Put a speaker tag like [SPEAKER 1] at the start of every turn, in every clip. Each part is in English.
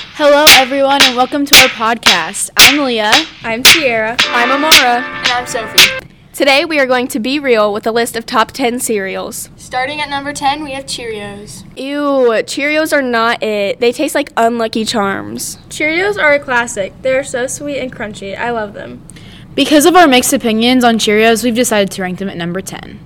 [SPEAKER 1] Hello, everyone, and welcome to our podcast. I'm Leah.
[SPEAKER 2] I'm Sierra.
[SPEAKER 3] I'm Amara.
[SPEAKER 4] And I'm Sophie.
[SPEAKER 2] Today we are going to be real with a list of top 10 cereals.
[SPEAKER 4] Starting at number 10, we have Cheerios.
[SPEAKER 2] Ew, Cheerios are not it. They taste like unlucky charms.
[SPEAKER 3] Cheerios are a classic. They are so sweet and crunchy. I love them.
[SPEAKER 1] Because of our mixed opinions on Cheerios, we've decided to rank them at number 10.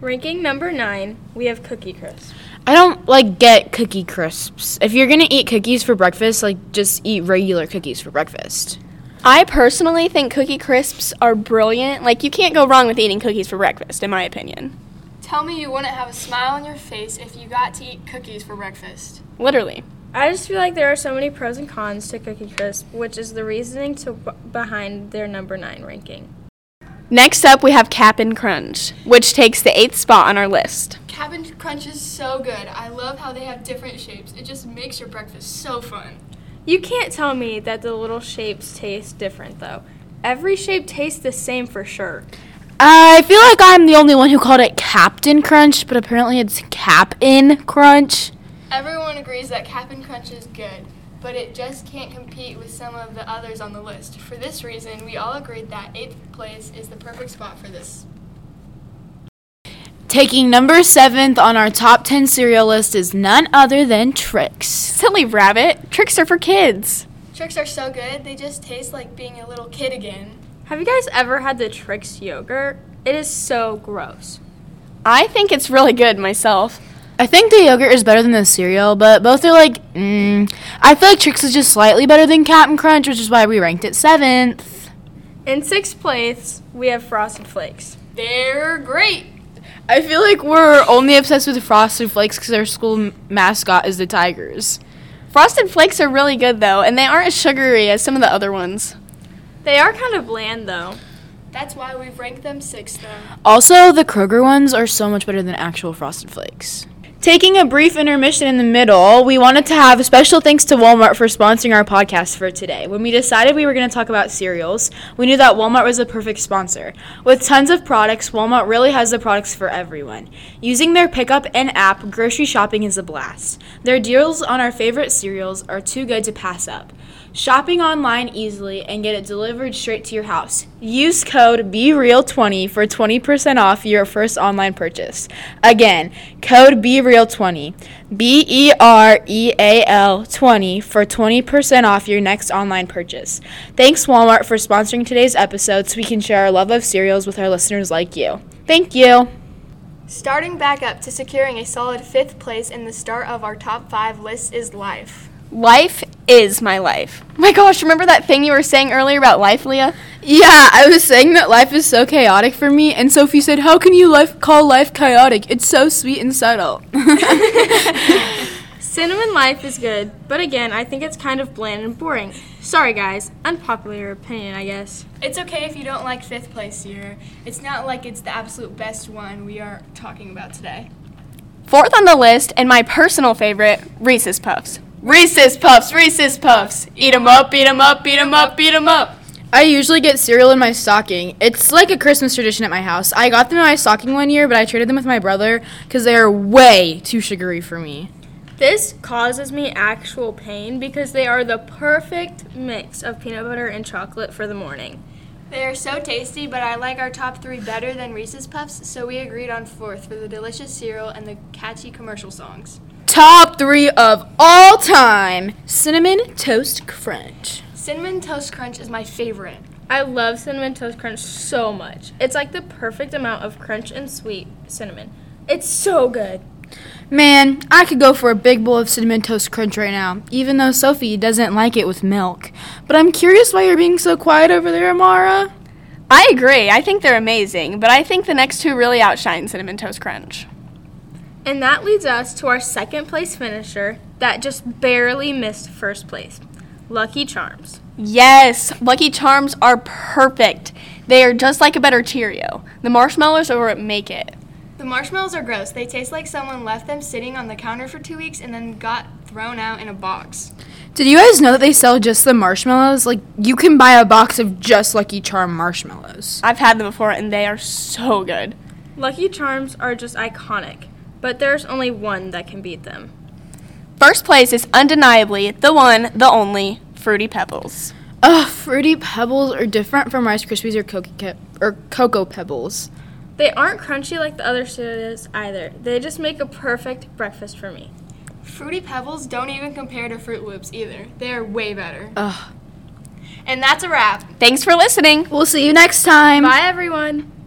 [SPEAKER 3] Ranking number 9, we have Cookie Crisp.
[SPEAKER 1] I don't like get cookie crisps. If you're gonna eat cookies for breakfast, like just eat regular cookies for breakfast.
[SPEAKER 2] I personally think Cookie Crisps are brilliant. Like, you can't go wrong with eating cookies for breakfast, in my opinion.
[SPEAKER 4] Tell me you wouldn't have a smile on your face if you got to eat cookies for breakfast.
[SPEAKER 2] Literally.
[SPEAKER 3] I just feel like there are so many pros and cons to Cookie Crisp, which is the reasoning to b- behind their number 9 ranking.
[SPEAKER 2] Next up, we have Cap'n Crunch, which takes the eighth spot on our list.
[SPEAKER 4] Cabin Crunch is so good. I love how they have different shapes. It just makes your breakfast so fun.
[SPEAKER 3] You can't tell me that the little shapes taste different though. Every shape tastes the same for sure.
[SPEAKER 1] I feel like I'm the only one who called it Captain Crunch, but apparently it's Cap'n Crunch.
[SPEAKER 4] Everyone agrees that Cap'n Crunch is good, but it just can't compete with some of the others on the list. For this reason, we all agreed that 8th place is the perfect spot for this.
[SPEAKER 1] Taking number seventh on our top 10 cereal list is none other than Trix.
[SPEAKER 2] Silly rabbit, tricks are for kids.
[SPEAKER 4] Tricks are so good, they just taste like being a little kid again.
[SPEAKER 3] Have you guys ever had the Trix yogurt? It is so gross.
[SPEAKER 2] I think it's really good myself.
[SPEAKER 1] I think the yogurt is better than the cereal, but both are like, mm. I feel like Trix is just slightly better than Cap'n Crunch, which is why we ranked it seventh.
[SPEAKER 3] In sixth place, we have Frosted Flakes.
[SPEAKER 4] They're great!
[SPEAKER 1] I feel like we're only obsessed with Frosted Flakes because our school m- mascot is the Tigers.
[SPEAKER 2] Frosted Flakes are really good, though, and they aren't as sugary as some of the other ones.
[SPEAKER 3] They are kind of bland though.
[SPEAKER 4] That's why we've ranked them sixth, though.
[SPEAKER 1] Also, the Kroger ones are so much better than actual Frosted Flakes. Taking a brief intermission in the middle, we wanted to have special thanks to Walmart for sponsoring our podcast for today. When we decided we were going to talk about cereals, we knew that Walmart was the perfect sponsor. With tons of products, Walmart really has the products for everyone. Using their pickup and app, grocery shopping is a blast. Their deals on our favorite cereals are too good to pass up. Shopping online easily and get it delivered straight to your house. Use code BeReal20 for 20% off your first online purchase. Again, code BeReal20, B E R E A L 20 for 20% off your next online purchase. Thanks, Walmart, for sponsoring today's episode so we can share our love of cereals with our listeners like you. Thank you.
[SPEAKER 4] Starting back up to securing a solid fifth place in the start of our top five list is life.
[SPEAKER 2] Life is my life. My gosh, remember that thing you were saying earlier about life, Leah?
[SPEAKER 1] Yeah, I was saying that life is so chaotic for me, and Sophie said, How can you life- call life chaotic? It's so sweet and subtle.
[SPEAKER 3] Cinnamon Life is good, but again, I think it's kind of bland and boring. Sorry guys, unpopular opinion, I guess.
[SPEAKER 4] It's okay if you don't like fifth place here. It's not like it's the absolute best one we are talking about today.
[SPEAKER 2] Fourth on the list, and my personal favorite, Reese's Puffs.
[SPEAKER 4] Reese's Puffs, Reese's Puffs. Eat 'em up, eat 'em up, eat 'em up, eat 'em up.
[SPEAKER 1] I usually get cereal in my stocking. It's like a Christmas tradition at my house. I got them in my stocking one year, but I traded them with my brother because they are way too sugary for me.
[SPEAKER 3] This causes me actual pain because they are the perfect mix of peanut butter and chocolate for the morning.
[SPEAKER 4] They are so tasty, but I like our top three better than Reese's Puffs, so we agreed on fourth for the delicious cereal and the catchy commercial songs.
[SPEAKER 1] Top three of all time Cinnamon Toast Crunch.
[SPEAKER 4] Cinnamon Toast Crunch is my favorite.
[SPEAKER 3] I love Cinnamon Toast Crunch so much. It's like the perfect amount of crunch and sweet cinnamon. It's so good.
[SPEAKER 1] Man, I could go for a big bowl of Cinnamon Toast Crunch right now, even though Sophie doesn't like it with milk. But I'm curious why you're being so quiet over there, Amara.
[SPEAKER 2] I agree, I think they're amazing, but I think the next two really outshine Cinnamon Toast Crunch.
[SPEAKER 3] And that leads us to our second place finisher that just barely missed first place Lucky Charms.
[SPEAKER 2] Yes, Lucky Charms are perfect. They are just like a better Cheerio. The marshmallows are what make it.
[SPEAKER 4] The marshmallows are gross. They taste like someone left them sitting on the counter for two weeks and then got thrown out in a box.
[SPEAKER 1] Did you guys know that they sell just the marshmallows? Like, you can buy a box of just Lucky Charm marshmallows.
[SPEAKER 2] I've had them before and they are so good.
[SPEAKER 3] Lucky Charms are just iconic, but there's only one that can beat them.
[SPEAKER 2] First place is undeniably the one, the only Fruity Pebbles.
[SPEAKER 1] Ugh, fruity pebbles are different from Rice Krispies or Cocoa Ke- or Cocoa Pebbles.
[SPEAKER 3] They aren't crunchy like the other cereals either. They just make a perfect breakfast for me.
[SPEAKER 4] Fruity Pebbles don't even compare to Fruit Loops either. They are way better.
[SPEAKER 1] Ugh.
[SPEAKER 4] And that's a wrap.
[SPEAKER 2] Thanks for listening.
[SPEAKER 1] We'll see you next time.
[SPEAKER 3] Bye, everyone.